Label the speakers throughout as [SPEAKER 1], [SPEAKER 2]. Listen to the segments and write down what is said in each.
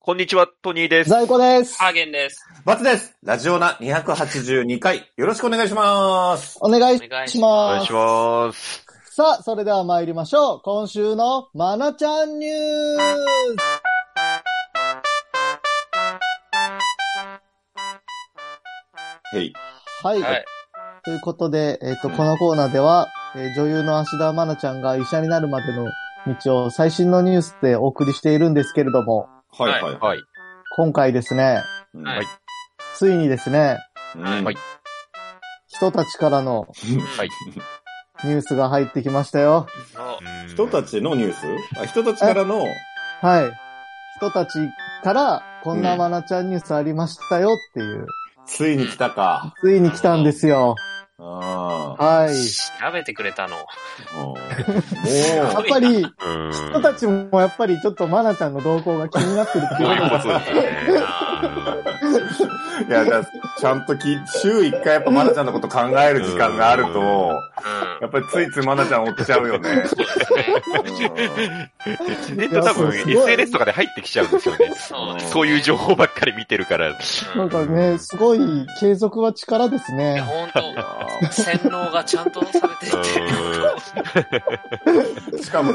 [SPEAKER 1] こんにちは、トニーです。
[SPEAKER 2] 在庫です。
[SPEAKER 3] ハーゲンです。
[SPEAKER 4] バツです。ラジオナ282回、よろしくお願いします。
[SPEAKER 2] お願い
[SPEAKER 3] お願い
[SPEAKER 2] し
[SPEAKER 3] し
[SPEAKER 1] お願い
[SPEAKER 2] ます
[SPEAKER 1] し。ます。
[SPEAKER 2] さあ、それでは参りましょう。今週のまなちゃんニュース。
[SPEAKER 4] へい。
[SPEAKER 2] はい。
[SPEAKER 3] はい。
[SPEAKER 2] ということで、えっ、と、このコーナーでは、えー女優の芦田愛菜ちゃんが医者になるまでの道を最新のニュースでお送りしているんですけれども、
[SPEAKER 4] はい
[SPEAKER 3] はい
[SPEAKER 4] はいは
[SPEAKER 1] はい。
[SPEAKER 2] 今回ですね、
[SPEAKER 4] い。
[SPEAKER 3] はい
[SPEAKER 2] ついにですね、
[SPEAKER 4] うん
[SPEAKER 1] はい
[SPEAKER 2] 人たちからの
[SPEAKER 1] はい。
[SPEAKER 2] ニュースが入ってきましたよ。
[SPEAKER 3] お
[SPEAKER 4] 人たちのニュースあ人たちからの、
[SPEAKER 2] はい。人たちから、こんなまなちゃんニュースありましたよっていう、
[SPEAKER 4] ついに来たか。
[SPEAKER 2] ついに来たんですよ。
[SPEAKER 4] ああ。
[SPEAKER 2] はい。
[SPEAKER 3] 調べてくれたの。
[SPEAKER 4] もう、
[SPEAKER 2] やっぱ
[SPEAKER 1] う
[SPEAKER 2] り、
[SPEAKER 1] ん
[SPEAKER 2] 人たちもやっぱりちょっとマナちゃんの動向が気になってるって
[SPEAKER 1] そう
[SPEAKER 2] い
[SPEAKER 1] いうう
[SPEAKER 2] こと
[SPEAKER 1] こ
[SPEAKER 2] が
[SPEAKER 1] とですね。うん
[SPEAKER 4] いや、だちゃんとき、週一回やっぱまなちゃんのこと考える時間がある
[SPEAKER 1] う
[SPEAKER 4] と、やっぱりついついまなちゃん追っちゃうよね。うん
[SPEAKER 1] 自然と多分
[SPEAKER 2] いやすごい
[SPEAKER 1] SNS とかで入ってきちゃうんですよね。
[SPEAKER 3] そうですね
[SPEAKER 1] そういう情報ばっかり見てるから。
[SPEAKER 3] う
[SPEAKER 2] なんんかね、すごい継続は力です
[SPEAKER 3] いや、
[SPEAKER 2] ね。
[SPEAKER 3] ほんと、洗脳がちゃんとされてて。
[SPEAKER 4] しかも、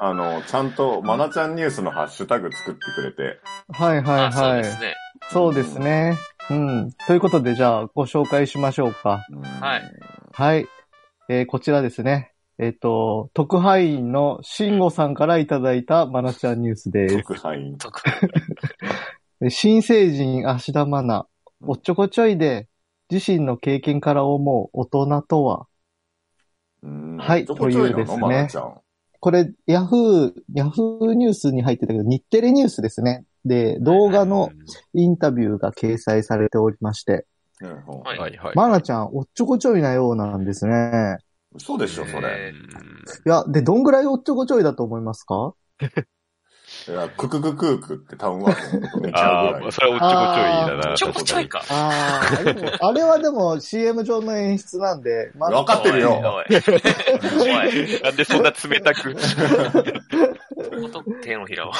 [SPEAKER 4] あの、ちゃんとまなちゃんニュースのハッシュタグ作ってくれて。
[SPEAKER 2] はいはい
[SPEAKER 3] あ、そう
[SPEAKER 2] は
[SPEAKER 3] で
[SPEAKER 2] い。
[SPEAKER 3] すね。。
[SPEAKER 2] そうですね。うん。ということで、じゃあ、ご紹介しましょうか。
[SPEAKER 4] はい
[SPEAKER 2] はい。えーこちらですね。えっ、と、特派員の慎吾さんからいただいたマナちゃんニュースです。
[SPEAKER 4] 特派員。
[SPEAKER 3] とか。
[SPEAKER 2] え新成人芦田愛菜、おっちょこちょいで、自身の経験から思う大人とは、はい
[SPEAKER 4] どこちょなの
[SPEAKER 2] というですね
[SPEAKER 4] まなちゃん。
[SPEAKER 2] これ、ヤフー、ヤフーニュースに入ってたけど、日テレニュースですね。で、動画のインタビューが掲載されておりまして、
[SPEAKER 4] うんうん
[SPEAKER 3] はい
[SPEAKER 1] はいはい。
[SPEAKER 2] マナちゃん、おっちょこちょいなようなんですね。
[SPEAKER 4] 嘘でしょ、それ。
[SPEAKER 2] いや、で、どんぐらいおっちょこちょいだと思いますか
[SPEAKER 4] いや、クククククってタウンワークのことめっちゃう
[SPEAKER 1] あ
[SPEAKER 4] ぐら
[SPEAKER 1] あ、
[SPEAKER 4] い。
[SPEAKER 1] それはおっちょこちょいだ
[SPEAKER 3] お
[SPEAKER 1] な。
[SPEAKER 3] っちょこちょいか。
[SPEAKER 2] ああ、でも あれはでも CM 上の演出なんで、ま
[SPEAKER 4] わかってるよ。
[SPEAKER 3] おい。おい
[SPEAKER 1] なんでそんな冷たく。
[SPEAKER 3] おいおと手のひらを。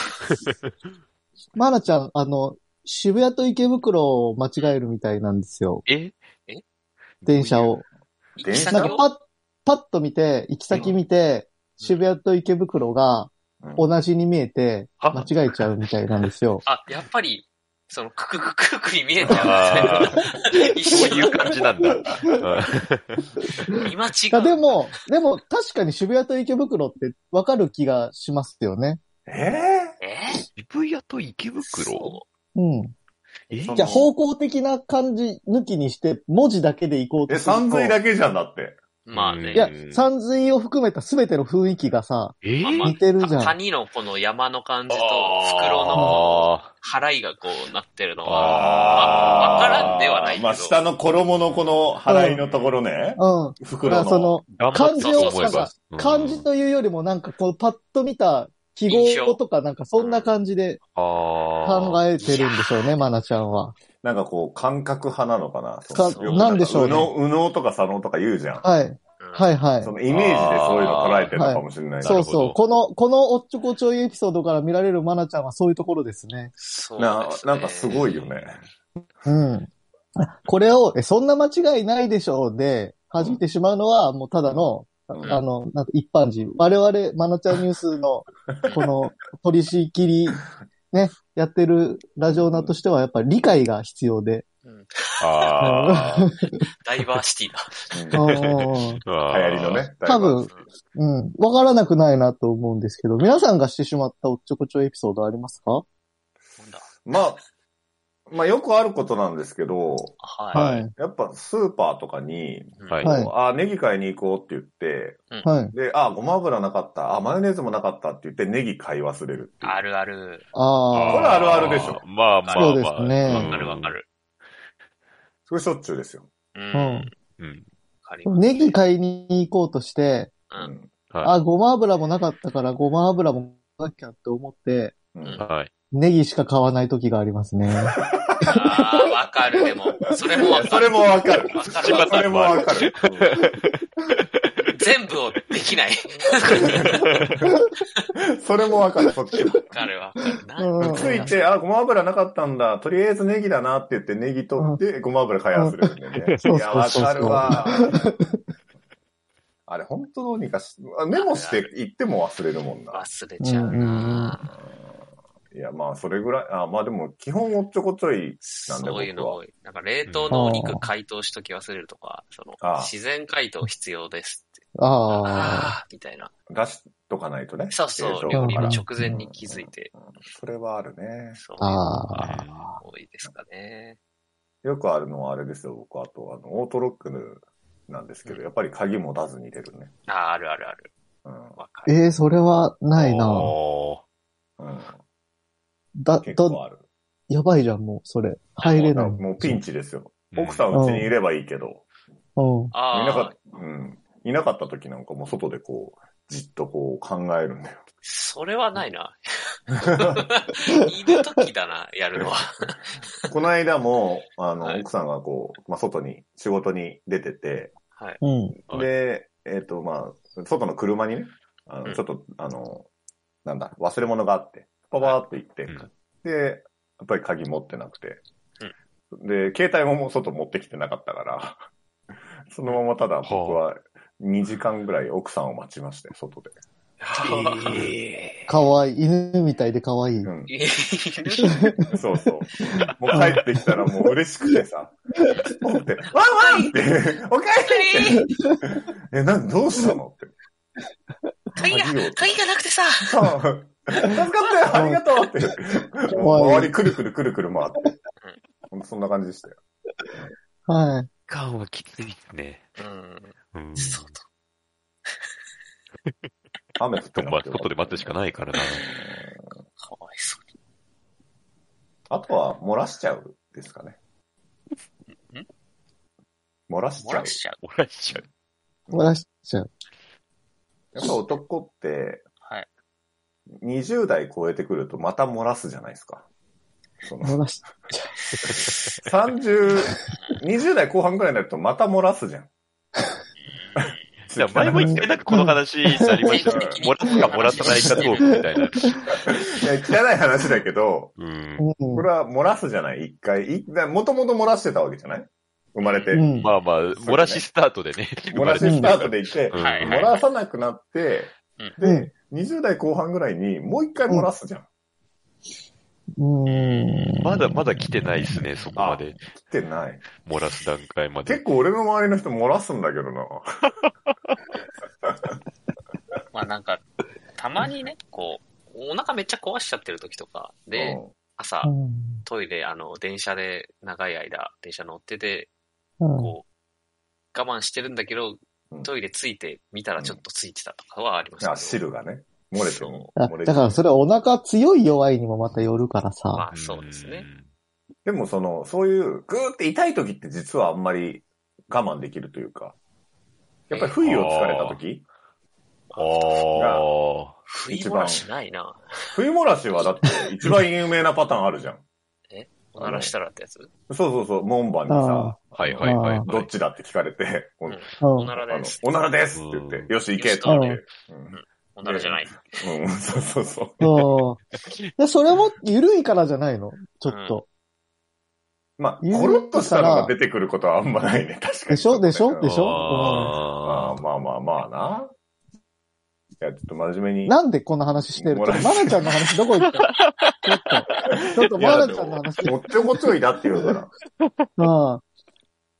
[SPEAKER 2] マナちゃん、あの、渋谷と池袋を間違えるみたいなんですよ。
[SPEAKER 1] え
[SPEAKER 2] 電車を。
[SPEAKER 4] 電車
[SPEAKER 2] なん
[SPEAKER 3] 行き
[SPEAKER 2] か
[SPEAKER 3] 先を。
[SPEAKER 2] パッ、パッと見て、行き先見て、渋谷と池袋が
[SPEAKER 4] うん
[SPEAKER 2] 同じに見えて、
[SPEAKER 1] あ
[SPEAKER 2] 間違えちゃうみたいなんですよ
[SPEAKER 3] あ、やっぱり、その、クククククに見えちゃう
[SPEAKER 1] ああ、
[SPEAKER 3] みたいな。一
[SPEAKER 1] そうい
[SPEAKER 3] 瞬
[SPEAKER 1] う、感じなんだ。うん
[SPEAKER 3] 今違
[SPEAKER 2] いや
[SPEAKER 3] う。
[SPEAKER 2] でも、でも確かに渋谷と池袋ってわかる気がしますよね。
[SPEAKER 4] え
[SPEAKER 3] え
[SPEAKER 1] 渋谷と池
[SPEAKER 3] ー
[SPEAKER 1] 袋
[SPEAKER 2] うん。
[SPEAKER 1] え
[SPEAKER 4] そう
[SPEAKER 2] じゃあ方向的な感じ抜きにして、文字だけで行こう
[SPEAKER 4] ー
[SPEAKER 2] と
[SPEAKER 4] え、
[SPEAKER 2] すると。
[SPEAKER 4] 三髄だけじゃんだって。
[SPEAKER 3] まあ
[SPEAKER 1] う
[SPEAKER 3] ね。
[SPEAKER 1] ん
[SPEAKER 2] いや、三髄を含めた全ての雰囲気がさ、
[SPEAKER 1] えー
[SPEAKER 3] まあまあ
[SPEAKER 2] 似てるじゃん
[SPEAKER 3] 谷のこの山の感じと、
[SPEAKER 1] あー
[SPEAKER 3] 袋の払いがこうなってるのは、
[SPEAKER 1] あ
[SPEAKER 3] わからんではないけど
[SPEAKER 4] まあ、下の衣のこの払いのところね。
[SPEAKER 2] うん。だか
[SPEAKER 4] 袋
[SPEAKER 2] ら
[SPEAKER 4] の。
[SPEAKER 2] その、
[SPEAKER 1] 頑張ったと思えば
[SPEAKER 2] 漢字というよりもなんかこのパッと見た記号語とかなんかそんな感じで考
[SPEAKER 1] 考え
[SPEAKER 2] えてるんでしょうね、マナちゃんは。
[SPEAKER 4] なんかこう、感覚派なのかな。
[SPEAKER 2] か
[SPEAKER 4] その
[SPEAKER 2] なんでしょうね
[SPEAKER 4] 右脳右脳とか左脳とか言うじゃん。
[SPEAKER 2] はい。
[SPEAKER 3] うん
[SPEAKER 2] はいはい
[SPEAKER 4] そ。のイメージでそういうの捉えてるのかもしれないけど
[SPEAKER 2] そう
[SPEAKER 1] な
[SPEAKER 2] そ
[SPEAKER 1] る
[SPEAKER 2] う。
[SPEAKER 1] ほ
[SPEAKER 2] この、このおっちょこちょいエピソードから見られるマナちゃんはそういうところですね。
[SPEAKER 3] そう
[SPEAKER 4] な
[SPEAKER 3] ですね
[SPEAKER 4] なんかすごいよね。
[SPEAKER 2] うん。これを、え、そんな間違いないでしょうで、弾いてしまうのは、もうただの、
[SPEAKER 4] うん
[SPEAKER 2] あの、なんか一般人。我々、マナちゃんニュースの、この、取り仕切り、ね、やってるラジオナとしては、やっぱり理解が必要で。
[SPEAKER 1] あー
[SPEAKER 3] ダイバーシティだ。
[SPEAKER 4] うん
[SPEAKER 2] うん
[SPEAKER 4] 流
[SPEAKER 1] あー。
[SPEAKER 4] 行りのね。
[SPEAKER 2] 多分、うん、わからなくないなと思うんですけど、皆さんがしてしまったおっちょこちょいエピソードありますか
[SPEAKER 3] なんだ
[SPEAKER 4] まあ、まあよくあることなんですけど、
[SPEAKER 3] はい。
[SPEAKER 2] い。
[SPEAKER 4] やっぱスーパーとかに、
[SPEAKER 1] はい
[SPEAKER 2] はい
[SPEAKER 4] こうあ、ネギ買いに行こうって言って、
[SPEAKER 2] はい。
[SPEAKER 4] で、あ、ごま油なかった、あ、マヨネーズもなかったって言ってネギ買い忘れるっていう。
[SPEAKER 3] あるある。
[SPEAKER 2] あ
[SPEAKER 4] これあるあるでしょ。
[SPEAKER 1] まあまあまあ。
[SPEAKER 2] そうですね
[SPEAKER 1] うん
[SPEAKER 3] わかるわか。る。
[SPEAKER 4] それしょっちゅうですよ。
[SPEAKER 3] う
[SPEAKER 2] あ。
[SPEAKER 3] ん。
[SPEAKER 2] う
[SPEAKER 3] わ
[SPEAKER 2] ん。
[SPEAKER 1] うん。
[SPEAKER 3] かります
[SPEAKER 2] ネギ買いに行こうとして、
[SPEAKER 3] う。
[SPEAKER 4] うんん。
[SPEAKER 1] は
[SPEAKER 2] あ、ごま油もなかったから、ごま油もなきゃって思って、
[SPEAKER 4] う
[SPEAKER 1] い。
[SPEAKER 4] ん。
[SPEAKER 1] はい。
[SPEAKER 2] ネギしか買わない時がありますね。
[SPEAKER 3] ああ、わかる。 でも、それもわかる。
[SPEAKER 4] それも
[SPEAKER 3] わ
[SPEAKER 4] わかる
[SPEAKER 3] かるわかる。
[SPEAKER 4] それもわかる。
[SPEAKER 3] 全部をできない。
[SPEAKER 4] それもわかる、そっちの。
[SPEAKER 3] 彼は。な
[SPEAKER 2] うん
[SPEAKER 4] ついて、あ、ごま油なかったんだ。とりあえずネギだなって言って、ネギ取って、ごま油開発するんだよね。
[SPEAKER 2] うん
[SPEAKER 4] いや、わかるわ。あれ、ほんとどうにかし、あメモして言っても忘れるもんな。
[SPEAKER 3] 忘れちゃうな、
[SPEAKER 4] いや、まあ、それぐらい、あ、まあでも、基本おっちょこちょい。なんで
[SPEAKER 3] そういうの多い。なんか冷凍のお肉解凍しとき忘れるとか、その
[SPEAKER 4] ああ
[SPEAKER 3] 自然解凍必要ですって。
[SPEAKER 2] ああ。
[SPEAKER 3] ああ、みたいな。
[SPEAKER 4] 出しとかないとね。
[SPEAKER 3] そうそう
[SPEAKER 4] 冷、凍
[SPEAKER 3] 料
[SPEAKER 4] 庫
[SPEAKER 3] 理
[SPEAKER 4] か
[SPEAKER 3] の
[SPEAKER 4] ら
[SPEAKER 3] 直前に気づいて。
[SPEAKER 4] それはあるね。
[SPEAKER 3] そういうの
[SPEAKER 2] ああ。
[SPEAKER 3] が多いですかね。
[SPEAKER 4] よくあるのはあれですよ、僕。あと、あの、オートロックなんですけど、やっぱり鍵も出ずに出るね。
[SPEAKER 3] ああ、あるあるある。
[SPEAKER 4] うん。
[SPEAKER 3] わかる。
[SPEAKER 2] ええそれはないな。
[SPEAKER 1] お
[SPEAKER 4] うん、
[SPEAKER 2] だ、
[SPEAKER 4] 結
[SPEAKER 2] だ
[SPEAKER 4] 構、ある。
[SPEAKER 2] やばいじゃん、もう、それ。入れない。
[SPEAKER 4] もうピンチですよ。
[SPEAKER 1] ー
[SPEAKER 4] 奥さんうちにいればいいけど、
[SPEAKER 2] うん。
[SPEAKER 4] いな
[SPEAKER 3] あ
[SPEAKER 4] か
[SPEAKER 3] あ、
[SPEAKER 4] った、うん。いなかった時なんかもう外でこう、じっとこう考えるんだよ。
[SPEAKER 3] それはない な。いる時だな、やるのは。
[SPEAKER 4] この間も、あの、
[SPEAKER 3] はい
[SPEAKER 4] 奥さんがこう、まあ、外に、仕事に出てて、
[SPEAKER 3] はい。
[SPEAKER 2] うん。
[SPEAKER 1] はい
[SPEAKER 4] で、えっ、と、まあ、外の車にね、あ
[SPEAKER 3] う
[SPEAKER 4] の
[SPEAKER 3] ん
[SPEAKER 4] ちょっと、あの、なんだ、忘れ物があって、パパーっと行って、
[SPEAKER 1] うん
[SPEAKER 4] で、やっぱり鍵持ってなくて、で、携帯ももう外持ってきてなかったから、そのままただ僕は2時間ぐらい奥さんを待ちまして、外で。
[SPEAKER 2] かわいい。犬みたいでかわいい。
[SPEAKER 4] うん
[SPEAKER 3] いる
[SPEAKER 4] そうそう。もう帰ってきたらもう嬉しくてさ。ポンって、ワンワンって、おかえりって。え、なん、どうしたのって。
[SPEAKER 3] 鍵が
[SPEAKER 4] 鍵を、
[SPEAKER 3] 鍵がなくてさ、
[SPEAKER 4] そう助かったよありがとうって。
[SPEAKER 2] 怖い
[SPEAKER 4] 周りくるくるくるくる回って。ほんとそんな感じでしたよ。
[SPEAKER 2] はい。
[SPEAKER 1] 感はきついですね。
[SPEAKER 3] うん、
[SPEAKER 1] うん。
[SPEAKER 3] そう
[SPEAKER 4] 雨降って
[SPEAKER 1] で
[SPEAKER 4] な
[SPEAKER 1] もまあ
[SPEAKER 4] くて
[SPEAKER 1] 外で待つしかない からな。
[SPEAKER 3] かわいそうに。
[SPEAKER 4] あとは漏らしちゃうですかね。漏らし
[SPEAKER 3] 漏
[SPEAKER 4] ちゃう
[SPEAKER 3] ら。しちゃう。
[SPEAKER 1] おらしちゃう。
[SPEAKER 2] 漏らしちゃう。
[SPEAKER 4] やっぱ男って、
[SPEAKER 3] はい
[SPEAKER 4] 20代超えてくるとまた漏らすじゃないですか。その
[SPEAKER 2] 漏らし、
[SPEAKER 4] 30、20代後半ぐらいになるとまた漏らすじゃん。
[SPEAKER 1] じゃあ前も一回なんかこの話ありましたよね。もらすかもらさないかトークみたいな。
[SPEAKER 4] いや汚い話だけど、
[SPEAKER 1] うん。
[SPEAKER 2] うん
[SPEAKER 4] こ。れは漏らすじゃない一回。もともと漏らしてたわけじゃない生まれて。
[SPEAKER 2] うん。
[SPEAKER 1] まあまあ、漏らしスタートでね。
[SPEAKER 4] 漏らしスタートでいて、
[SPEAKER 1] うん
[SPEAKER 3] はいは
[SPEAKER 4] 漏
[SPEAKER 3] い
[SPEAKER 4] らさなくなって、
[SPEAKER 2] う
[SPEAKER 4] で
[SPEAKER 2] ん、
[SPEAKER 4] 20代後半ぐらいにもう一回漏らすじゃん。
[SPEAKER 2] うん。
[SPEAKER 1] まだまだ来てないですね、そこまで。
[SPEAKER 4] 来てない。
[SPEAKER 1] 漏らす段階ま
[SPEAKER 4] 結
[SPEAKER 1] で。
[SPEAKER 4] 構俺の周りの人漏らすんだけどな。
[SPEAKER 3] まあなんか、たまにね、こう、お腹めっちゃ壊しちゃってる時とかで、朝
[SPEAKER 2] う、ん。
[SPEAKER 3] トイレ、あの、電車で長い間、電車乗ってて、
[SPEAKER 2] うん。
[SPEAKER 3] こう、我慢してるんだけど
[SPEAKER 4] うん、
[SPEAKER 3] トイレついて、見たらちょっとついてたとかはありま
[SPEAKER 4] う
[SPEAKER 3] し
[SPEAKER 4] ん。
[SPEAKER 3] た
[SPEAKER 4] あ、
[SPEAKER 3] けど。
[SPEAKER 4] 汁がね。漏れても。
[SPEAKER 2] あ
[SPEAKER 4] 漏れて
[SPEAKER 2] だからそれお腹強い弱いにもまたよるからさ。
[SPEAKER 3] まあそうですね。
[SPEAKER 4] でもその、そういう、ぐーって痛い時って実はあんまり我慢できるというか、やっぱり不意をつかれた時
[SPEAKER 1] ああ。
[SPEAKER 3] 不意漏らしないな。
[SPEAKER 4] 不意漏らしはだって一番有名なパターンあるじゃん。
[SPEAKER 3] おならしたらってやつ
[SPEAKER 4] そうそうそう、門番にさ
[SPEAKER 2] あ、
[SPEAKER 1] はいはいはい。
[SPEAKER 4] どっちだって聞かれて、
[SPEAKER 3] ん
[SPEAKER 2] う
[SPEAKER 3] お
[SPEAKER 2] ん。
[SPEAKER 3] なら
[SPEAKER 4] あの
[SPEAKER 3] です。
[SPEAKER 4] おならですって言っ
[SPEAKER 1] うん
[SPEAKER 4] て、よし行けっ
[SPEAKER 2] う
[SPEAKER 4] て言
[SPEAKER 2] ん
[SPEAKER 4] って。
[SPEAKER 3] おならじゃない。
[SPEAKER 4] うん、うん、そうそうそう。
[SPEAKER 2] そう。で、それも緩いからじゃないのちょっと。
[SPEAKER 4] まあ、
[SPEAKER 2] 言う
[SPEAKER 4] コロッとしたのが出てくることはあんまないね、確かに。
[SPEAKER 2] でしょでしょでしょ
[SPEAKER 4] ま
[SPEAKER 1] あ
[SPEAKER 4] あまあまあまあな。いや、ちょっと真面目に。
[SPEAKER 2] なんでこんな話してる
[SPEAKER 4] 漏
[SPEAKER 2] の
[SPEAKER 4] らし
[SPEAKER 2] マナちゃんの話どこ行ったちょっと、ちょっとマナちゃんの話。
[SPEAKER 4] もっちょこちょいだって言うから。
[SPEAKER 2] うん。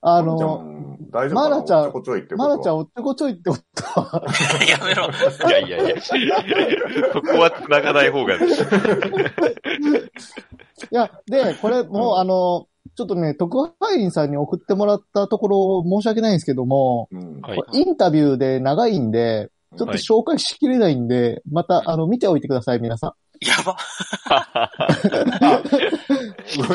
[SPEAKER 2] あ
[SPEAKER 4] じゃ
[SPEAKER 2] の、
[SPEAKER 4] ん、大丈夫かな
[SPEAKER 2] まなちゃん
[SPEAKER 4] もっちょこちょいってこと
[SPEAKER 2] マ
[SPEAKER 4] は
[SPEAKER 2] ナちゃんおっちょこちょいってことは、
[SPEAKER 3] やめろ。
[SPEAKER 1] あ。いやいやいや。そこは繋がない方が。
[SPEAKER 2] いや、で、これもうあの、ちょっとね、特派員さんに送ってもらったところ申し訳ないんですけども、
[SPEAKER 4] うん。
[SPEAKER 1] はい
[SPEAKER 2] これインタビューで長いんで、ちょっと紹介しきれないんで、また、あの、見ておいてください、皆さ
[SPEAKER 3] やば。
[SPEAKER 4] ご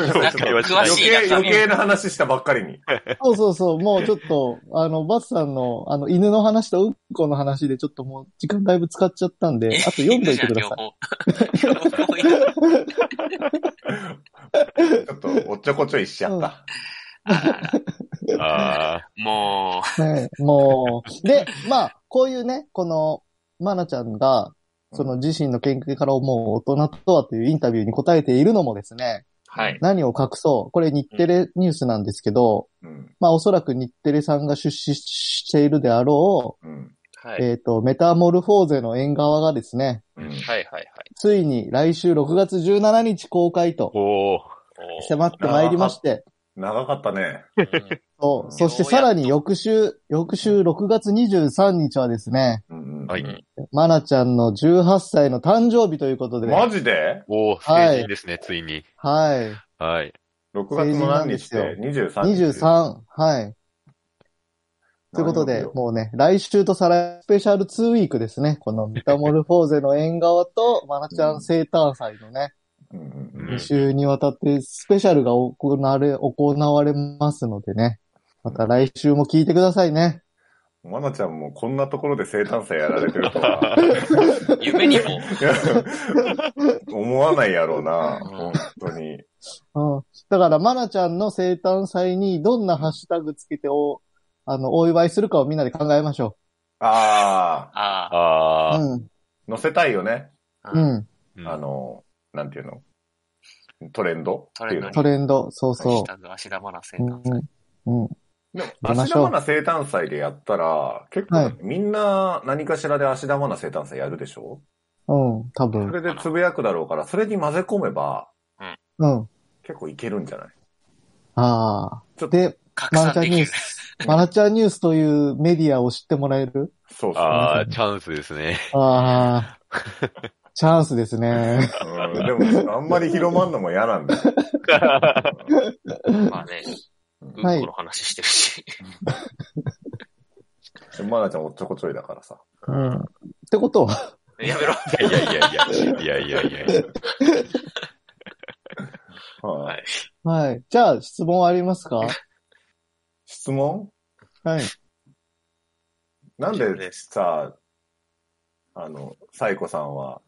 [SPEAKER 4] めんなさい
[SPEAKER 1] 仲良し
[SPEAKER 3] 詳
[SPEAKER 4] 余
[SPEAKER 3] しい
[SPEAKER 4] 計、
[SPEAKER 3] やつだ
[SPEAKER 4] 余
[SPEAKER 3] ね
[SPEAKER 4] 計な話したばっかりに。
[SPEAKER 2] ん。そうそうそう、もうちょっと、あの、バツさんの、あの、犬の話とうんこの話でちょっともう時間だいぶ使っちゃったんで、あと読んでおいてください。
[SPEAKER 3] い。両方。両方いる
[SPEAKER 4] ちょっと、おっちょこちょいしちゃった。
[SPEAKER 1] ああ。
[SPEAKER 3] も
[SPEAKER 2] ね、もう。で、まあ、こういうね、この、まなちゃんが、その自身の研究から思う大人とはというインタビューに答えているのもですね、
[SPEAKER 3] はい。
[SPEAKER 2] 何を隠そう。これ日テレニュースなんですけど、
[SPEAKER 4] うん。
[SPEAKER 2] まあおそらく日テレさんが出資しているであろ
[SPEAKER 4] うん。
[SPEAKER 3] は
[SPEAKER 2] う、
[SPEAKER 3] い。
[SPEAKER 2] えっ、と、メタモルフォーゼの縁側がですね、
[SPEAKER 4] うん。
[SPEAKER 3] はいはいはい。
[SPEAKER 2] ついに来週6月17日公開と
[SPEAKER 1] おー。
[SPEAKER 3] おー
[SPEAKER 2] 迫ってまいりまして、
[SPEAKER 4] 長かったね。
[SPEAKER 3] うん
[SPEAKER 2] そうう。
[SPEAKER 4] ん
[SPEAKER 2] そしてさらに翌週、翌週6月23日はですね、
[SPEAKER 4] うんうん。
[SPEAKER 1] はい
[SPEAKER 3] うん。
[SPEAKER 2] まなちゃんの18歳の誕生日ということで、
[SPEAKER 4] マジで
[SPEAKER 1] おー、成人ですね、ついに。
[SPEAKER 2] はい。
[SPEAKER 1] はい。
[SPEAKER 4] ?6 月の何日で ?23 日。
[SPEAKER 2] 23、はい。ということで、もうね、来週と再来スペシャル2ウィークですね。このメタモルフォーゼの縁側 と、まなちゃん生誕祭のね、
[SPEAKER 4] うんうんうん
[SPEAKER 1] うん
[SPEAKER 2] 2週にわたってスペシャルが行われ、行われますのでね。また来週も聞いてくださいね。
[SPEAKER 4] まなちゃんもこんなところで生誕祭やられてるとは。
[SPEAKER 3] 夢にも。
[SPEAKER 4] いや思わないやろうな、本当に。
[SPEAKER 2] うん。だから、まなちゃんの生誕祭にどんなハッシュタグつけてお、あの、お祝いするかをみんなで考えましょ
[SPEAKER 4] あ
[SPEAKER 3] あ
[SPEAKER 1] ああ。
[SPEAKER 2] う。うん。
[SPEAKER 4] あ、載せたいよね。
[SPEAKER 3] あ。
[SPEAKER 2] うん。
[SPEAKER 1] うん
[SPEAKER 4] あの、なんていうのトレンド
[SPEAKER 3] トレンド
[SPEAKER 4] って
[SPEAKER 2] トレンド、そう
[SPEAKER 3] ハッシ
[SPEAKER 2] そ
[SPEAKER 3] ュタグ芦田愛菜生
[SPEAKER 2] う。う
[SPEAKER 3] 誕
[SPEAKER 2] ん。う
[SPEAKER 3] 祭。
[SPEAKER 2] ん。
[SPEAKER 4] いうの。で
[SPEAKER 2] 出
[SPEAKER 4] も、
[SPEAKER 2] ま
[SPEAKER 4] 芦
[SPEAKER 2] しょう
[SPEAKER 4] 田愛菜生誕祭でやったら、結
[SPEAKER 2] は
[SPEAKER 4] 構
[SPEAKER 2] い
[SPEAKER 4] みんな何かしらで芦田愛菜生誕祭やるでしょ
[SPEAKER 2] うん、多
[SPEAKER 4] そ
[SPEAKER 2] 分。
[SPEAKER 4] れでつぶやくだろうから、それに混ぜ込めば
[SPEAKER 2] うん。
[SPEAKER 4] 結構いけるんじゃない
[SPEAKER 2] あ
[SPEAKER 4] ち
[SPEAKER 2] あ。
[SPEAKER 4] ょっと
[SPEAKER 2] で、
[SPEAKER 3] 拡
[SPEAKER 2] マナち
[SPEAKER 3] 散
[SPEAKER 2] ゃん
[SPEAKER 3] で
[SPEAKER 2] ニュ
[SPEAKER 3] き
[SPEAKER 2] ー
[SPEAKER 3] る。
[SPEAKER 2] ス、マナちゃんニュースというメディアを知ってもらえる
[SPEAKER 4] そうそう。
[SPEAKER 1] ああ、チャンスですね。
[SPEAKER 2] ああ。チャンスですね。
[SPEAKER 4] うんでも、あんまり広まんのも嫌なんだよ。うん
[SPEAKER 3] まあね、うん
[SPEAKER 2] はい
[SPEAKER 3] この話して るし。
[SPEAKER 4] でもまなちゃんおっちょこちょいだからさ。
[SPEAKER 2] うん。ってことは、
[SPEAKER 3] やめろ。
[SPEAKER 1] いやいやいや。いやいやいやいや。
[SPEAKER 4] はい
[SPEAKER 3] はい
[SPEAKER 2] はい。じゃあ、質問ありますか
[SPEAKER 4] 質問
[SPEAKER 2] はい。
[SPEAKER 4] なん
[SPEAKER 3] 大丈夫
[SPEAKER 4] で
[SPEAKER 3] です
[SPEAKER 4] さ、あの、サイコさんは、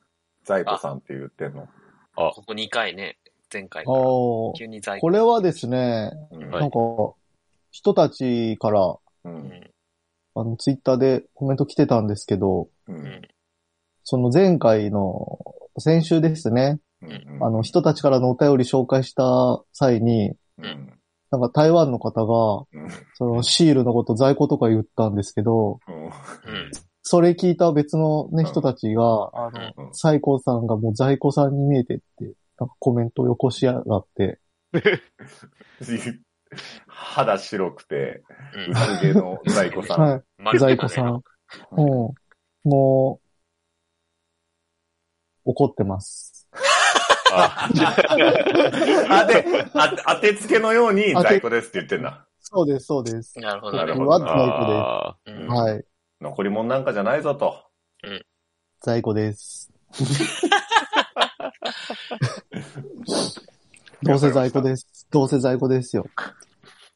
[SPEAKER 4] 在庫さんって言ってんの
[SPEAKER 3] ここ2回ね、前回から
[SPEAKER 2] おー
[SPEAKER 3] 急に在庫。
[SPEAKER 2] これはですね、
[SPEAKER 4] うん
[SPEAKER 1] はい
[SPEAKER 2] なんか、人たちから、
[SPEAKER 4] う
[SPEAKER 3] うんん。
[SPEAKER 2] あの、ツイッターでコメント来てたんですけど、
[SPEAKER 4] う
[SPEAKER 3] うんん。
[SPEAKER 2] その前回の、先週ですね、
[SPEAKER 4] うん
[SPEAKER 2] あの、人たちからのお便り紹介した際に、
[SPEAKER 4] うん
[SPEAKER 2] なんか台湾の方
[SPEAKER 4] うん
[SPEAKER 2] が、そのシールのこと在庫とか言ったんですけど、
[SPEAKER 4] うん
[SPEAKER 3] うん。
[SPEAKER 2] それ聞いた別の
[SPEAKER 4] う
[SPEAKER 2] ね、
[SPEAKER 4] ん
[SPEAKER 2] 人たちが、あの、
[SPEAKER 4] うん
[SPEAKER 2] 最高さんがもう在庫さんに見えてって、なんかコメントをよこしやがって、
[SPEAKER 4] 肌白くて、
[SPEAKER 3] うん
[SPEAKER 4] 薄毛の在庫さん。
[SPEAKER 2] は
[SPEAKER 3] ま
[SPEAKER 2] い、
[SPEAKER 3] る
[SPEAKER 2] 在
[SPEAKER 3] で
[SPEAKER 2] 庫さ
[SPEAKER 3] だね
[SPEAKER 2] ん。うん。もう、怒ってます。
[SPEAKER 1] あ
[SPEAKER 4] あ、で、あ当てつけのように在庫ですって言ってんだ。
[SPEAKER 2] そうです、そうです。
[SPEAKER 3] なるほ
[SPEAKER 4] な
[SPEAKER 3] ど
[SPEAKER 4] る
[SPEAKER 3] ね
[SPEAKER 4] ほ。
[SPEAKER 2] は
[SPEAKER 4] どな。
[SPEAKER 1] あ
[SPEAKER 3] う
[SPEAKER 4] うん
[SPEAKER 3] ん
[SPEAKER 2] はい、
[SPEAKER 4] 残り物なんかじゃないぞと。
[SPEAKER 2] 在庫です。どうせ在庫です。どうせ在庫ですよ。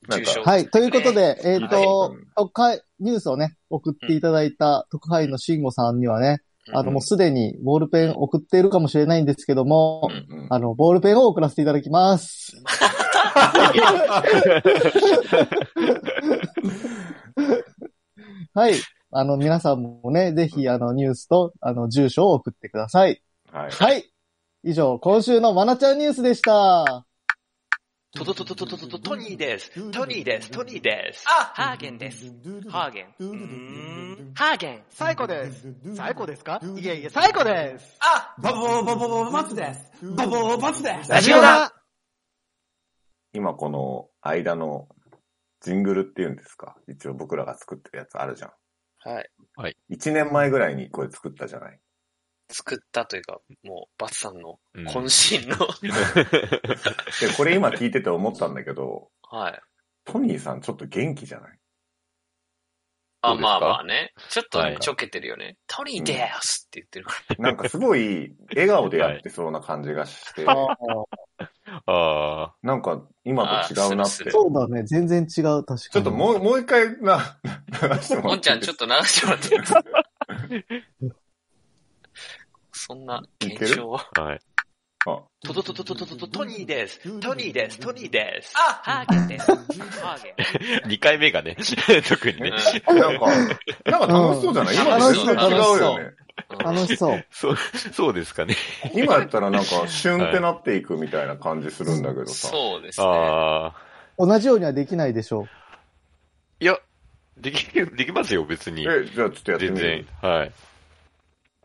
[SPEAKER 4] なんか
[SPEAKER 3] 重症
[SPEAKER 2] はい。ということで、えっ、
[SPEAKER 4] は
[SPEAKER 2] と
[SPEAKER 4] い、
[SPEAKER 2] 特派ニュースをね、送っていただいた特派員の慎吾さんにはね、
[SPEAKER 3] うん
[SPEAKER 2] あの、もうすでにボールペン送っているかもしれないんですけども
[SPEAKER 4] う、ん
[SPEAKER 2] あの、ボールペンを送らせていただきます。はい。あの、皆さんもね、ぜひ、あの、ニュースと、あの、住所を送ってください。
[SPEAKER 4] はい。
[SPEAKER 2] はい。以上、今週のまなちゃんニュースでした。
[SPEAKER 5] トトトトトトトトトニーです。トニーです。トニーです。
[SPEAKER 6] あ
[SPEAKER 5] ハーゲンです。ハーゲン。うーんハーゲン。
[SPEAKER 6] 最高です。最高ですかいえいえ、最高です。あバボーバボーババツです。バボーバツです。
[SPEAKER 5] ラジオだ
[SPEAKER 4] 今この間のジングルっていうんですか一応僕らが作ってるやつあるじゃん。
[SPEAKER 3] はい。
[SPEAKER 4] 一年前ぐらいにこれ作ったじゃない
[SPEAKER 3] 作ったというか、もう、バツさんの
[SPEAKER 1] ーうん
[SPEAKER 3] 渾身の、
[SPEAKER 4] で、これ今聞いてて思ったんだけど、
[SPEAKER 3] はい。
[SPEAKER 4] トニーさんちょっと元気じゃない
[SPEAKER 1] ど
[SPEAKER 3] あ、
[SPEAKER 1] うですか
[SPEAKER 3] まあまあね。ちょっと
[SPEAKER 1] は
[SPEAKER 3] ね
[SPEAKER 1] い
[SPEAKER 3] ちょけてるよね。トニーですって言ってるか
[SPEAKER 4] なんかすごい笑顔でやってそうな感じがして、
[SPEAKER 1] あ
[SPEAKER 4] なんか今と違うなって。
[SPEAKER 3] あーする
[SPEAKER 4] ちょ
[SPEAKER 2] そうだね、全然違う、確かに。
[SPEAKER 4] っともう、もう一回な、 流して
[SPEAKER 3] ら。も
[SPEAKER 4] もら
[SPEAKER 3] ん
[SPEAKER 4] っ
[SPEAKER 3] ち
[SPEAKER 4] てい
[SPEAKER 3] ゃ
[SPEAKER 4] い
[SPEAKER 3] ん、
[SPEAKER 4] で
[SPEAKER 3] ちょ
[SPEAKER 4] す
[SPEAKER 3] っと流してもらっていいですかそんな、検証は。
[SPEAKER 1] あ。はい。
[SPEAKER 4] あ
[SPEAKER 5] トトトトトトトトトニーです。トニーです。トニーです。
[SPEAKER 7] あ
[SPEAKER 5] ハーゲンです。ハーゲン。
[SPEAKER 1] 2回目がね、 特にね。
[SPEAKER 4] なんか、なんか楽しそうじゃない、
[SPEAKER 3] うん
[SPEAKER 4] 今と全然
[SPEAKER 2] 楽し
[SPEAKER 4] 違
[SPEAKER 2] そう
[SPEAKER 4] うよね。
[SPEAKER 2] 楽しそう。
[SPEAKER 1] そう、そうですかね。
[SPEAKER 4] 今やったらなんか、シュンってなっていくみたいな感じするんだけどさ。
[SPEAKER 3] そうですね。
[SPEAKER 1] ああ。
[SPEAKER 2] 同じようにはできないでしょ
[SPEAKER 1] いや、でき、 できますよ、別に。
[SPEAKER 4] え、じゃあちょっとやって
[SPEAKER 1] 全
[SPEAKER 4] みる
[SPEAKER 1] 然。はい。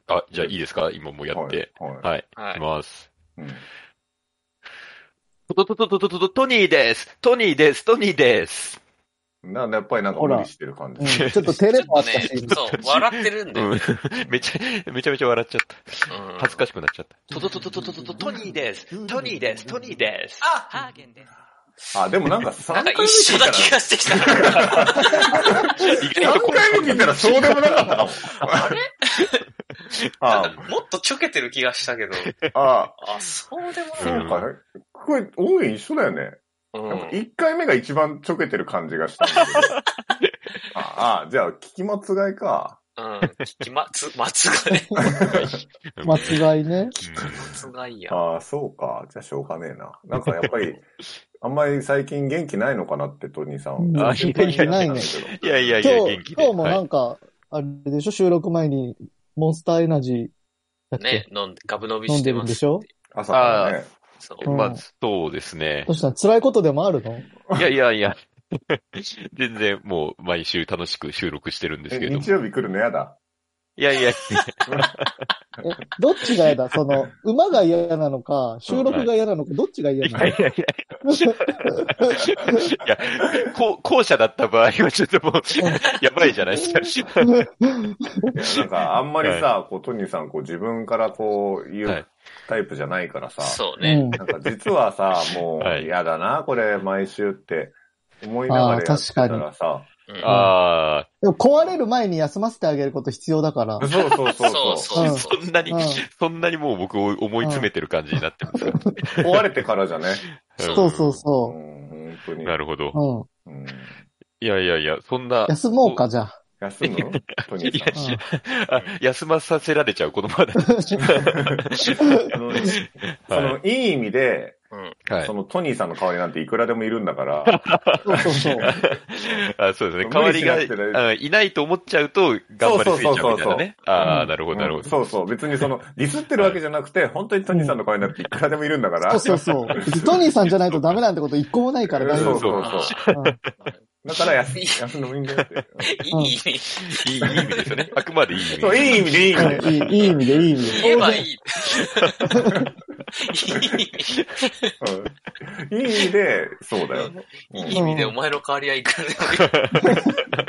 [SPEAKER 1] あ、じゃあいいですか今もうやって。。
[SPEAKER 4] はい。はい
[SPEAKER 1] はい。、
[SPEAKER 3] はいい
[SPEAKER 1] き。ます。
[SPEAKER 4] うん
[SPEAKER 5] トトトトトトトトニーです。トニーです。トニーです。
[SPEAKER 4] なんだやっぱりなんか
[SPEAKER 2] ほら
[SPEAKER 4] 無理してる感
[SPEAKER 2] う。う
[SPEAKER 4] じ
[SPEAKER 2] ん。。ちょっと照
[SPEAKER 3] ち
[SPEAKER 2] れ
[SPEAKER 3] ょっ
[SPEAKER 2] もあ
[SPEAKER 3] と
[SPEAKER 2] ったし
[SPEAKER 3] ね、、そう、笑ってるんで。
[SPEAKER 1] うん。 めちゃ、めちゃめちゃ笑っちゃった。恥ずか
[SPEAKER 3] しい。
[SPEAKER 1] しくなっちゃった。
[SPEAKER 5] トトトトトトトトトニーです。トニーです。トニーです。
[SPEAKER 7] あハーゲンです。
[SPEAKER 4] あ、でもなんか3
[SPEAKER 3] なん
[SPEAKER 4] 回
[SPEAKER 3] か
[SPEAKER 4] 目
[SPEAKER 3] 一緒
[SPEAKER 4] 聞いた
[SPEAKER 3] な
[SPEAKER 4] ら、
[SPEAKER 3] 気がしてきた。
[SPEAKER 1] 意外と
[SPEAKER 4] 3
[SPEAKER 1] こ
[SPEAKER 4] 回目聞いたらそうでもなかったかも。あれ
[SPEAKER 3] もっとちょけてる気がしたけど。
[SPEAKER 4] あ、あ、
[SPEAKER 3] あ、そうでも
[SPEAKER 4] そ
[SPEAKER 3] な
[SPEAKER 4] う
[SPEAKER 3] い。
[SPEAKER 4] か。これ、音源一緒だよね。
[SPEAKER 3] う
[SPEAKER 4] なんか
[SPEAKER 3] ん。
[SPEAKER 4] 1回目が一番ちょけてる感じがしたんだけど。 ああ、じゃあ、聞き間違いか。
[SPEAKER 3] うん。きま、つ、まつがね。
[SPEAKER 1] うん
[SPEAKER 2] 間違いね。
[SPEAKER 3] まつがいや。
[SPEAKER 4] ああ、そうか。じゃあ、しょうがねえな。なんかやっぱり、あんまり最近元気ないのかなって、トニーさん。
[SPEAKER 2] うん
[SPEAKER 1] あいやいやいや
[SPEAKER 2] ないね
[SPEAKER 1] いやいやい
[SPEAKER 2] 今
[SPEAKER 1] や、
[SPEAKER 2] 日
[SPEAKER 1] 元、気で。
[SPEAKER 2] 今日もな
[SPEAKER 1] はい
[SPEAKER 2] んか、あれでしょ収録前に、モンスターエナジーだっけ、
[SPEAKER 3] ね、飲んで、ガブ飲み
[SPEAKER 2] 飲
[SPEAKER 3] し
[SPEAKER 2] ん
[SPEAKER 3] て
[SPEAKER 2] でる
[SPEAKER 3] ま。
[SPEAKER 2] んですしょ
[SPEAKER 4] 朝からね。
[SPEAKER 3] そう。
[SPEAKER 2] うん
[SPEAKER 1] まあ、そうですね
[SPEAKER 2] ど。うしたの辛いことでもあるの
[SPEAKER 1] いやいやいや。 全然もう毎週楽しく収録してるんですけ
[SPEAKER 4] え
[SPEAKER 1] れども。
[SPEAKER 4] 日曜日来るのやだ。
[SPEAKER 1] いやいや、
[SPEAKER 2] え、どっちが嫌だその、馬が嫌なのか、収録が嫌なのか、どっちが嫌
[SPEAKER 1] い
[SPEAKER 2] な
[SPEAKER 1] や
[SPEAKER 2] の
[SPEAKER 1] いやいや、いや、こう後者だった場合はちょっともう、やばいじゃないですか。
[SPEAKER 4] いやなんか、あんまりさ、こう、トニーさん、こう、自分からこう、言
[SPEAKER 1] は
[SPEAKER 4] う
[SPEAKER 1] い
[SPEAKER 4] タイプじゃないからさ。
[SPEAKER 3] そう
[SPEAKER 2] う
[SPEAKER 3] ね。
[SPEAKER 2] ん。
[SPEAKER 4] なんか実はさ、も
[SPEAKER 1] は
[SPEAKER 4] う
[SPEAKER 1] い
[SPEAKER 4] 嫌だな、これ、毎週って思いながらやってたらさ、
[SPEAKER 3] うん
[SPEAKER 1] あ
[SPEAKER 2] でも壊れる前に休ませてあげること必要だから。
[SPEAKER 4] そうそう
[SPEAKER 3] そ
[SPEAKER 4] そううそう
[SPEAKER 3] そううんそう
[SPEAKER 1] あ、そんなに
[SPEAKER 2] うん、
[SPEAKER 1] そんなにもう僕を思い詰めてる感じになってますか
[SPEAKER 4] 壊れてからじゃね。
[SPEAKER 1] ら
[SPEAKER 2] そうそう
[SPEAKER 4] うん、
[SPEAKER 2] そ
[SPEAKER 4] 本当
[SPEAKER 1] う
[SPEAKER 4] に。
[SPEAKER 1] んなるほど
[SPEAKER 2] う。。うん。
[SPEAKER 4] うん、
[SPEAKER 1] いやいやいや、そんな、
[SPEAKER 2] 休もうか、じゃあ。
[SPEAKER 4] 休むトニ
[SPEAKER 1] い
[SPEAKER 4] ー
[SPEAKER 1] や
[SPEAKER 4] さん。
[SPEAKER 1] いやあ休まさせられちゃう、このままだ と。
[SPEAKER 4] あのそ
[SPEAKER 1] は
[SPEAKER 4] の、いい意味で、
[SPEAKER 1] い。はい
[SPEAKER 4] そのトニーさんの代わりなんていくらでもいるんだ から、
[SPEAKER 2] そうそうそう。
[SPEAKER 1] あそうですね。代
[SPEAKER 4] 無
[SPEAKER 1] わ
[SPEAKER 4] 理
[SPEAKER 1] り
[SPEAKER 4] し
[SPEAKER 1] が
[SPEAKER 4] なくて大丈夫
[SPEAKER 1] あいないと思っちゃうと、頑張りすぎちゃうみたいなね。ああ、なるほど、なるほ
[SPEAKER 4] うん
[SPEAKER 1] ど。
[SPEAKER 4] そうそう、別にその、ディスってるわけじゃなくて、本当にトニーさんの代わりなんていくらでもいるんだから、
[SPEAKER 2] そうそうそう。トニーさんじゃないとダメなんてこと一個もないから大丈
[SPEAKER 4] そう
[SPEAKER 2] 夫。
[SPEAKER 4] そう
[SPEAKER 3] あ
[SPEAKER 2] う
[SPEAKER 4] そう。
[SPEAKER 2] ん
[SPEAKER 4] だから休休んでもいいんだよって。
[SPEAKER 3] ーいい意味。
[SPEAKER 1] いいいい意味ですよね。あくまでいい意味。
[SPEAKER 4] そう、いい意味でいい意味
[SPEAKER 2] う
[SPEAKER 4] で。
[SPEAKER 2] んいいいい意味で、いい意味で。
[SPEAKER 3] 言えばいい。いい
[SPEAKER 4] うんいい意味で、そうだよ。
[SPEAKER 3] いい意味でお前の代わりはいくらでもい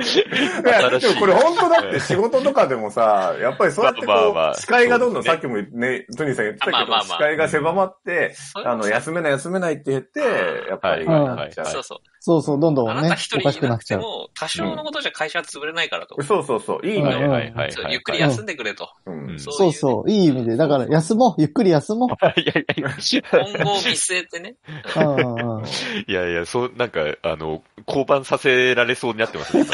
[SPEAKER 3] い。
[SPEAKER 4] いや、で
[SPEAKER 1] 新しい
[SPEAKER 4] もこれ本当だって仕事とかでもさ、やっぱりそうやってこ
[SPEAKER 1] まあまあま
[SPEAKER 4] う
[SPEAKER 1] あ、
[SPEAKER 4] 視界がどんどん、
[SPEAKER 1] そ
[SPEAKER 4] さ
[SPEAKER 1] う
[SPEAKER 4] っきもね、トニーさん言ってたけ
[SPEAKER 3] あまあまあ
[SPEAKER 4] ど、
[SPEAKER 3] まあ
[SPEAKER 4] 視界が狭まって、
[SPEAKER 3] そういう
[SPEAKER 4] あ
[SPEAKER 3] こと
[SPEAKER 4] の、休めない休めないって言って、やっぱり
[SPEAKER 2] はい
[SPEAKER 4] なっちゃう。
[SPEAKER 3] そうそう。
[SPEAKER 2] そうそう、どんど
[SPEAKER 3] あ
[SPEAKER 2] ん
[SPEAKER 3] なた
[SPEAKER 2] ね
[SPEAKER 3] 一、
[SPEAKER 2] おかし
[SPEAKER 3] 人
[SPEAKER 2] く
[SPEAKER 3] い
[SPEAKER 2] な
[SPEAKER 3] な
[SPEAKER 2] っ
[SPEAKER 3] く
[SPEAKER 2] ち
[SPEAKER 3] て
[SPEAKER 2] ゃう。
[SPEAKER 3] も、多少のことじゃ会社は潰れないからと。
[SPEAKER 4] そうそうそう、いい意味
[SPEAKER 1] はい
[SPEAKER 4] で。
[SPEAKER 1] はいはい
[SPEAKER 3] そう
[SPEAKER 1] はい。
[SPEAKER 3] ゆっくり休んでくれと。
[SPEAKER 4] うん
[SPEAKER 1] そ
[SPEAKER 2] そうそう、いい意味で。だから、休もう。ゆっくり休もう。
[SPEAKER 1] いやいやい
[SPEAKER 3] 今後を見据えてね。
[SPEAKER 2] うんうんうん。
[SPEAKER 1] や、いやいや、そう、なんか、あの、降板させられそうになってますね。今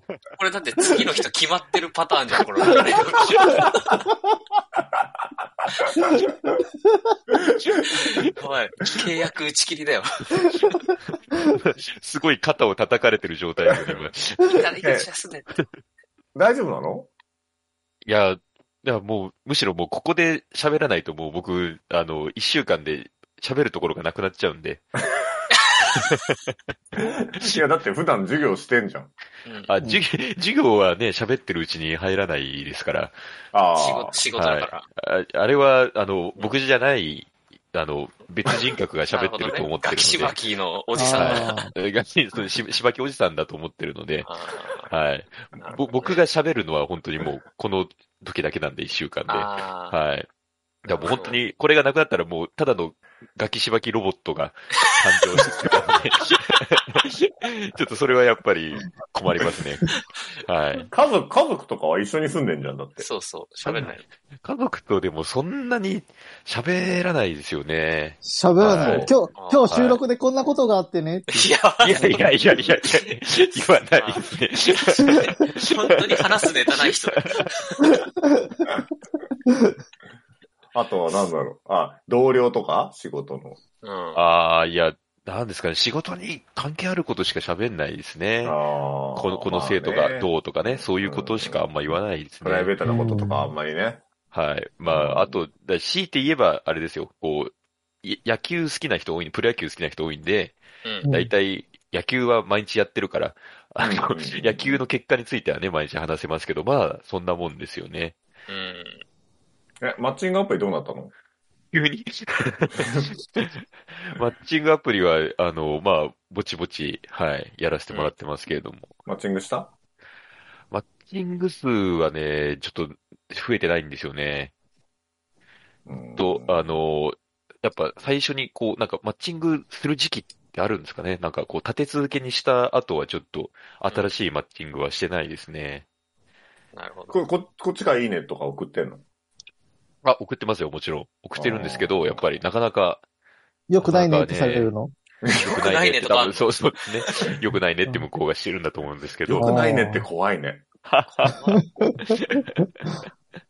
[SPEAKER 3] これだって次の人決まってるパターンじゃん、これ。 はい。契約打ち切りだよ。
[SPEAKER 1] すごい肩を叩かれてる状態ですよね、今。い
[SPEAKER 3] いいから一日休んでって。
[SPEAKER 4] 大丈夫なの
[SPEAKER 1] や、いやもう、むしろもうここで喋らないともう僕、あの、一週間で喋るところがなくなっちゃうんで。
[SPEAKER 4] いや、だって普段授業してんじゃん。
[SPEAKER 3] うん
[SPEAKER 1] あ、授業、授業はね、喋ってるうちに入らないですから。
[SPEAKER 4] あ
[SPEAKER 3] 仕
[SPEAKER 4] あ
[SPEAKER 3] 事、。仕事だから。
[SPEAKER 1] ああれは、あの、僕じゃない、あの、別人格が喋ってると思ってる
[SPEAKER 3] ガキしば
[SPEAKER 1] の
[SPEAKER 3] きのお
[SPEAKER 2] お
[SPEAKER 3] じさんだ。
[SPEAKER 2] ん。
[SPEAKER 1] で、ガキ、そうししばきおじさんだと思ってるので、
[SPEAKER 3] あ
[SPEAKER 1] はい。ぼ僕が喋るのは本当にもう、この時だけなんで、一週間で。は
[SPEAKER 3] あー。
[SPEAKER 1] い。だからもう本当に、これがなくなったらもう、ただのガキしばきロボットが、誕生してたので ちょっとそれはやっぱり困りますね。はい。
[SPEAKER 4] 家族、家族とかは一緒に住んでんじゃんだって。
[SPEAKER 3] そうそう、喋んない。
[SPEAKER 1] 家族とでもそんなに喋らないですよね。
[SPEAKER 2] 喋らな
[SPEAKER 1] はいい。
[SPEAKER 2] 今日、今日収録でこんなことがあってね。
[SPEAKER 3] いや、
[SPEAKER 1] いやいやいやいやいや、言わないですね。
[SPEAKER 3] 本当に話すネタない人だ。
[SPEAKER 4] あとは何だろう。あ、同僚とか仕事の。
[SPEAKER 3] うん。
[SPEAKER 1] ああ、いや、なんですかね、仕事に関係あることしか喋んないですね。
[SPEAKER 4] あー
[SPEAKER 1] この、この
[SPEAKER 4] まあね
[SPEAKER 1] 生徒がどうとかね、そういうことしかあんま言わないです
[SPEAKER 4] プ
[SPEAKER 1] ね。
[SPEAKER 4] ライベートなこととかあんまりね。
[SPEAKER 1] はい。まあ、あと、だ強いて言えば、あれですよ、こう、い野球好きな人多いんで、プロ野球好きな人多いんで、
[SPEAKER 3] うん
[SPEAKER 2] うん
[SPEAKER 1] 大体、野球は毎日やってるから、あの
[SPEAKER 4] うん、
[SPEAKER 1] 野球の結果についてはね、毎日話せますけど、まあ、そんなもんですよね。
[SPEAKER 3] うん。
[SPEAKER 4] え、マッチングアプリどうなったの
[SPEAKER 1] 急に マッチングアプリは、あの、まあ、ぼちぼち、はい、やらせてもらってますけれども。
[SPEAKER 4] マッチングした
[SPEAKER 1] マッチング数はね、ちょっと増えてないんですよね。
[SPEAKER 4] うん
[SPEAKER 1] と、あの、やっぱ最初にこう、なんかマッチングする時期ってあるんですかねなんかこう立て続けにした後はちょっと新しいマッチングはしてないですね。
[SPEAKER 3] なるほど。
[SPEAKER 4] こここっちからいいねとか送ってんの
[SPEAKER 1] あ、送ってますよ、もちろん。送ってるんですけ
[SPEAKER 4] あ
[SPEAKER 1] ど、
[SPEAKER 4] ー
[SPEAKER 1] やっぱりなかなか
[SPEAKER 2] よくないねってされるの。
[SPEAKER 1] 良
[SPEAKER 3] くないね
[SPEAKER 1] って
[SPEAKER 3] とか
[SPEAKER 1] 多分そうそうです ね。良くないねって向こうがしてるんだと思うんですけど。
[SPEAKER 4] よくないねって怖い ね。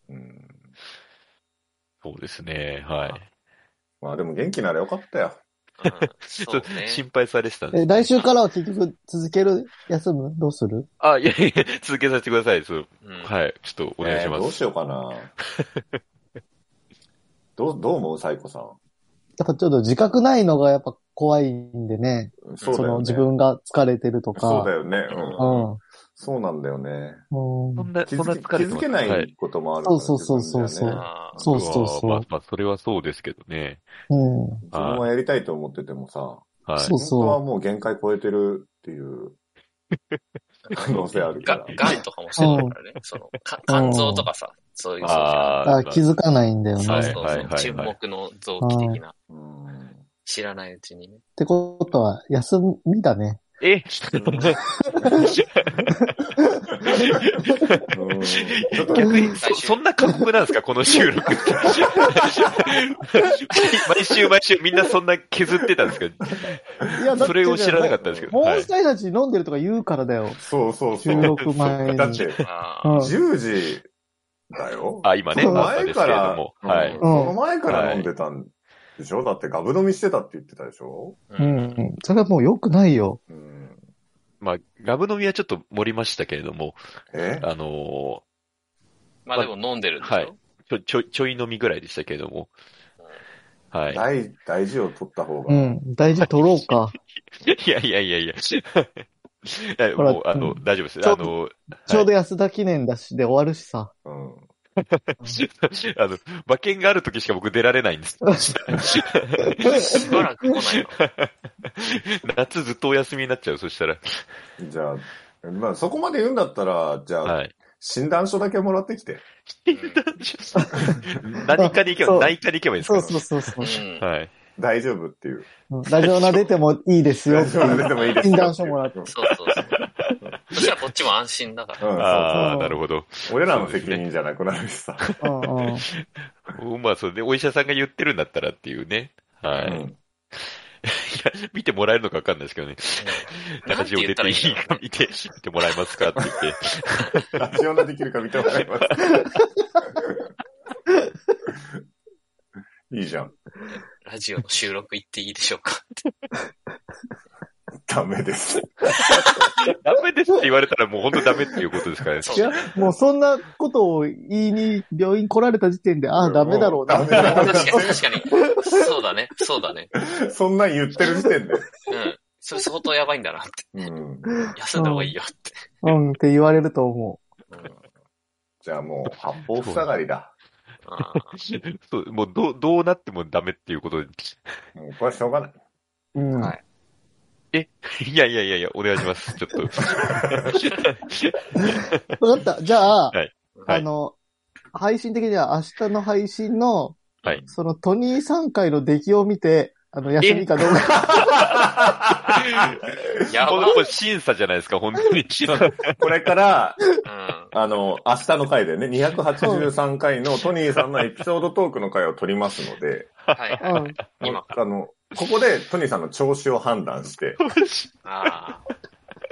[SPEAKER 4] うん
[SPEAKER 1] そうですね、はい。
[SPEAKER 4] まあでも元気ならよかったよ。
[SPEAKER 3] うん
[SPEAKER 1] ち
[SPEAKER 3] そ
[SPEAKER 1] ょっ
[SPEAKER 3] う
[SPEAKER 1] と
[SPEAKER 3] ね。
[SPEAKER 1] 心配されてたんで
[SPEAKER 2] え、
[SPEAKER 1] す。
[SPEAKER 2] 来週からは結局続ける休むどうする
[SPEAKER 1] あ、いやいや、続けさせてください。そう
[SPEAKER 3] うん
[SPEAKER 1] はい。ちょっとお願いし
[SPEAKER 4] え
[SPEAKER 1] ま
[SPEAKER 4] ー
[SPEAKER 1] す。
[SPEAKER 4] どうしようか な。どう、どう思うサイコさん。
[SPEAKER 2] やっぱちょっと自覚ないのがやっぱ怖いんでね。
[SPEAKER 4] そう
[SPEAKER 2] そ
[SPEAKER 4] だよ
[SPEAKER 2] の
[SPEAKER 4] ね。
[SPEAKER 2] 自分が疲れてるとか。
[SPEAKER 4] そうだよね。うん。
[SPEAKER 2] う
[SPEAKER 4] そうなんだよね。
[SPEAKER 2] ん。
[SPEAKER 1] そ
[SPEAKER 2] うん。
[SPEAKER 1] んな、
[SPEAKER 4] 気
[SPEAKER 1] そんな
[SPEAKER 4] づ
[SPEAKER 1] 疲れ
[SPEAKER 4] け
[SPEAKER 1] てま
[SPEAKER 4] 気づ
[SPEAKER 1] す
[SPEAKER 4] け
[SPEAKER 1] は
[SPEAKER 4] ないこともあるから、
[SPEAKER 2] そうそうそうそう
[SPEAKER 4] 自分ではね
[SPEAKER 3] あー
[SPEAKER 2] そうそう
[SPEAKER 1] ま
[SPEAKER 2] そ
[SPEAKER 1] あ
[SPEAKER 2] う。
[SPEAKER 1] まあ、それはそうですけどね。
[SPEAKER 2] うん。
[SPEAKER 4] 自分はやりたいと思っててもさ、
[SPEAKER 1] はい。
[SPEAKER 2] そう
[SPEAKER 4] 本当はもう限界超えてるっていう可能性あるか
[SPEAKER 3] が
[SPEAKER 4] ら。、
[SPEAKER 3] がんとかもしてるからね。その、か肝臓とかさ、そういう、
[SPEAKER 1] あ
[SPEAKER 2] あ
[SPEAKER 1] あ、
[SPEAKER 2] 気づかないんだよね。
[SPEAKER 3] そう
[SPEAKER 1] はい
[SPEAKER 3] そう
[SPEAKER 1] はい
[SPEAKER 3] そ
[SPEAKER 1] はいうは。い
[SPEAKER 3] 沈黙の臓器的な。
[SPEAKER 4] うん
[SPEAKER 3] 知らないうちにね。
[SPEAKER 2] ってことは、休みだね。
[SPEAKER 1] え
[SPEAKER 4] うん
[SPEAKER 1] 逆にそ、そんな過酷なんですかこの収録って。毎週毎週みんなそんな削ってたんですか
[SPEAKER 2] いや、だって
[SPEAKER 1] それを知らなかったんですけど。
[SPEAKER 2] モ
[SPEAKER 1] は
[SPEAKER 2] ン
[SPEAKER 1] い
[SPEAKER 2] ス。ターたち飲んでるとか言うからだよ。
[SPEAKER 4] そうそうそ
[SPEAKER 2] 収
[SPEAKER 4] う。
[SPEAKER 2] 録前 に。
[SPEAKER 4] だって、
[SPEAKER 3] あ
[SPEAKER 2] うん
[SPEAKER 3] あ。
[SPEAKER 4] 10時だよ。
[SPEAKER 1] あ、今ね、
[SPEAKER 4] そ
[SPEAKER 1] あ
[SPEAKER 4] の
[SPEAKER 1] ったん
[SPEAKER 4] 前
[SPEAKER 1] ですけ
[SPEAKER 4] か
[SPEAKER 1] れ
[SPEAKER 4] ら、
[SPEAKER 1] ども。は
[SPEAKER 4] うん
[SPEAKER 1] い。
[SPEAKER 4] その前から飲んでたんでしょ、だってガブ飲みしてたって言ってたでしょ
[SPEAKER 2] う。
[SPEAKER 3] うん
[SPEAKER 2] それはもう良くないよ。
[SPEAKER 4] うん。
[SPEAKER 1] まあ、ラブ飲みはちょっと盛りましたけれども、
[SPEAKER 4] え
[SPEAKER 1] あの
[SPEAKER 3] まあでも飲んでるんでしょ
[SPEAKER 1] はいーちょ、ちょい、ちょい飲みぐらいでしたけれども。はい。
[SPEAKER 4] 大、大事を取った方
[SPEAKER 2] う
[SPEAKER 4] が。
[SPEAKER 2] ん。大事取ろうか。
[SPEAKER 1] いやいやいやい や。いや
[SPEAKER 2] ほら
[SPEAKER 1] もう、あの
[SPEAKER 2] う、
[SPEAKER 1] 大丈夫です。
[SPEAKER 2] ちょ
[SPEAKER 1] あ
[SPEAKER 2] うど
[SPEAKER 1] の、
[SPEAKER 2] ちょうど安田記念だし、で終わるしさ。
[SPEAKER 4] うん。
[SPEAKER 1] あの、馬券がある時しか僕出られないんです。
[SPEAKER 3] しばらく来ないの。
[SPEAKER 1] 夏ずっとお休みになっちゃう、そしたら。
[SPEAKER 4] じゃあ、まあそこまで言うんだったら、じゃあ、
[SPEAKER 1] はい。
[SPEAKER 4] 診断書だけもらってきて。
[SPEAKER 1] 何かに行け
[SPEAKER 2] そ
[SPEAKER 1] ば、
[SPEAKER 2] う
[SPEAKER 1] 内科に行けばいいんです
[SPEAKER 2] そ
[SPEAKER 1] か
[SPEAKER 2] うそうそうそう
[SPEAKER 3] う。ん。
[SPEAKER 1] はい。
[SPEAKER 4] 大丈夫っていう。
[SPEAKER 2] うんラジオナ出てもいいですよ
[SPEAKER 4] 大。丈夫出てもいいです
[SPEAKER 2] 診
[SPEAKER 4] よ
[SPEAKER 2] 断書もらって。
[SPEAKER 3] そうそうそう。そしたらこっちも安心だから。
[SPEAKER 4] うん、そう
[SPEAKER 1] ああ、なるほど。
[SPEAKER 4] そう。俺らの責任じゃなくなるしさ。
[SPEAKER 2] うんうん。
[SPEAKER 1] まあ、それで、お医者さんが言ってるんだったらっていうね。はい。
[SPEAKER 4] う
[SPEAKER 1] い
[SPEAKER 4] ん
[SPEAKER 1] や、見てもらえるのかわかんないですけどね。
[SPEAKER 3] うんな
[SPEAKER 1] 中
[SPEAKER 3] んて
[SPEAKER 1] 地を
[SPEAKER 3] 言っ
[SPEAKER 1] 出
[SPEAKER 3] た
[SPEAKER 1] て
[SPEAKER 3] ら
[SPEAKER 1] い
[SPEAKER 3] い
[SPEAKER 1] い
[SPEAKER 3] いんだろう
[SPEAKER 1] か見て、見てもらえますかって言って。
[SPEAKER 4] ラジオができるか見てもらいます。 いいじゃん。
[SPEAKER 3] ラジオの収録行っていいでしょう か。
[SPEAKER 4] ダメです。
[SPEAKER 1] ダメですって言われたらもう本当ダメっていうことですからね。
[SPEAKER 3] そう
[SPEAKER 2] いや、もうそんなことを言いに病院来られた時点で、ああ、ダメだろう
[SPEAKER 4] も
[SPEAKER 2] な。
[SPEAKER 4] ダメだろう
[SPEAKER 3] 確かに、確かに。そうだね、そうだね。
[SPEAKER 4] そんなん言ってる時点で。
[SPEAKER 3] うん。それ相当やばいんだなって。
[SPEAKER 4] うん。
[SPEAKER 3] 休んだ方がいいよって。
[SPEAKER 2] うん、って言われると思
[SPEAKER 4] じゃあもう、八方塞がりだ。
[SPEAKER 3] ああ
[SPEAKER 1] そう、もうどう、どうなってもダメっていうことで。
[SPEAKER 4] もうこれはしょうがない。
[SPEAKER 2] う。うん。
[SPEAKER 3] はい
[SPEAKER 1] いやいやいやいや、お願いします。ちょっと。
[SPEAKER 2] わかった。じゃあ、
[SPEAKER 1] はいはい
[SPEAKER 2] あの、配信的には明日の配信の、
[SPEAKER 1] はい
[SPEAKER 2] そのトニーさん回の出来を見て、あの、休みかどうか。
[SPEAKER 3] や
[SPEAKER 1] こ
[SPEAKER 3] ば
[SPEAKER 1] のこれ審査じゃないですか、本 当に。
[SPEAKER 4] これから、
[SPEAKER 3] うん。
[SPEAKER 4] あの、明日の回でね、283回のトニーさんのエピソードトークの回を取りますので、
[SPEAKER 3] はいは
[SPEAKER 2] う
[SPEAKER 3] い。
[SPEAKER 2] ん。
[SPEAKER 3] 今か
[SPEAKER 4] あの、ここでトニーさんの調子を判断して、
[SPEAKER 3] あ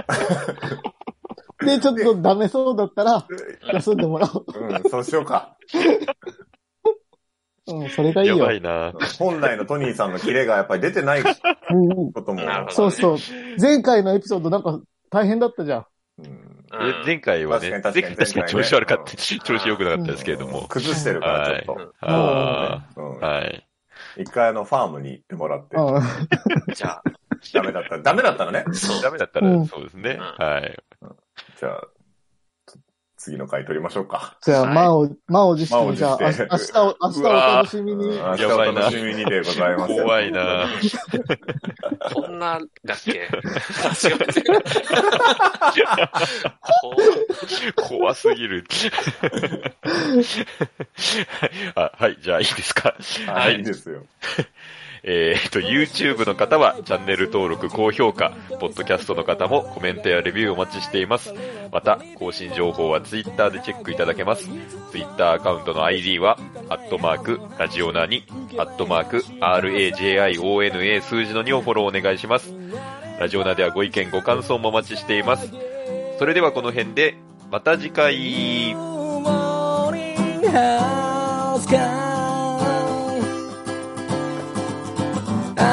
[SPEAKER 3] あ。
[SPEAKER 2] で、ちょっとダメそうだったら、休んでもらおう。
[SPEAKER 4] うん、そうしようか。
[SPEAKER 2] うん、それがいい
[SPEAKER 1] や
[SPEAKER 2] よ。
[SPEAKER 1] ばいな。
[SPEAKER 4] 本来のトニーさんのキレがやっぱり出てないこ
[SPEAKER 2] うん、
[SPEAKER 4] とも。
[SPEAKER 3] なるほ
[SPEAKER 2] そうそう。前回のエピソードなんか大変だったじゃん。
[SPEAKER 4] うん
[SPEAKER 3] う
[SPEAKER 1] え
[SPEAKER 3] ん
[SPEAKER 1] 前回はね、
[SPEAKER 4] 確
[SPEAKER 1] 前
[SPEAKER 4] か
[SPEAKER 1] 回
[SPEAKER 4] に確かに
[SPEAKER 1] 確かに調子悪かった、調子良くなかったですけれど
[SPEAKER 4] うん
[SPEAKER 1] も。
[SPEAKER 4] 崩してるから、ちょっと。
[SPEAKER 1] ああ
[SPEAKER 4] うん
[SPEAKER 1] ー、はい。
[SPEAKER 4] 一回あの、ファームに行ってもらって、
[SPEAKER 2] う
[SPEAKER 3] じゃあ、
[SPEAKER 4] ダメだったら、ダメだったらね。
[SPEAKER 1] ダメだった
[SPEAKER 2] う
[SPEAKER 1] ら
[SPEAKER 2] ん
[SPEAKER 1] そうですね。
[SPEAKER 3] ん
[SPEAKER 1] はい。
[SPEAKER 4] じゃあ、次の回取りましょうか。
[SPEAKER 2] じゃあ、満を、満を持して
[SPEAKER 4] 満を持
[SPEAKER 2] じゃあ、
[SPEAKER 4] して
[SPEAKER 2] 明日を、明日お楽しみに。
[SPEAKER 4] うん明日
[SPEAKER 1] やば
[SPEAKER 4] お
[SPEAKER 1] いな
[SPEAKER 4] 楽しみにでございます。
[SPEAKER 1] 怖いな。
[SPEAKER 3] こんな、だっけ違う。こ
[SPEAKER 1] 怖すぎ る。あはい、じゃあいいですか。
[SPEAKER 4] は、
[SPEAKER 1] はい
[SPEAKER 4] いい
[SPEAKER 1] い。
[SPEAKER 4] ですよ。
[SPEAKER 1] えーっと、YouTube の方はチャンネル登録、高評価、ポッドキャストの方もコメントやレビューお待ちしています。また、更新情報は Twitter でチェックいただけます。Twitter アカウントの ID は、アットマーク、ラジオナに、アットマーク、RAJIONA 数字の2をフォローお願いします。ラジオナではご意見、ご感想もお待ちしています。それではこの辺で、また次回。
[SPEAKER 7] Morning House Call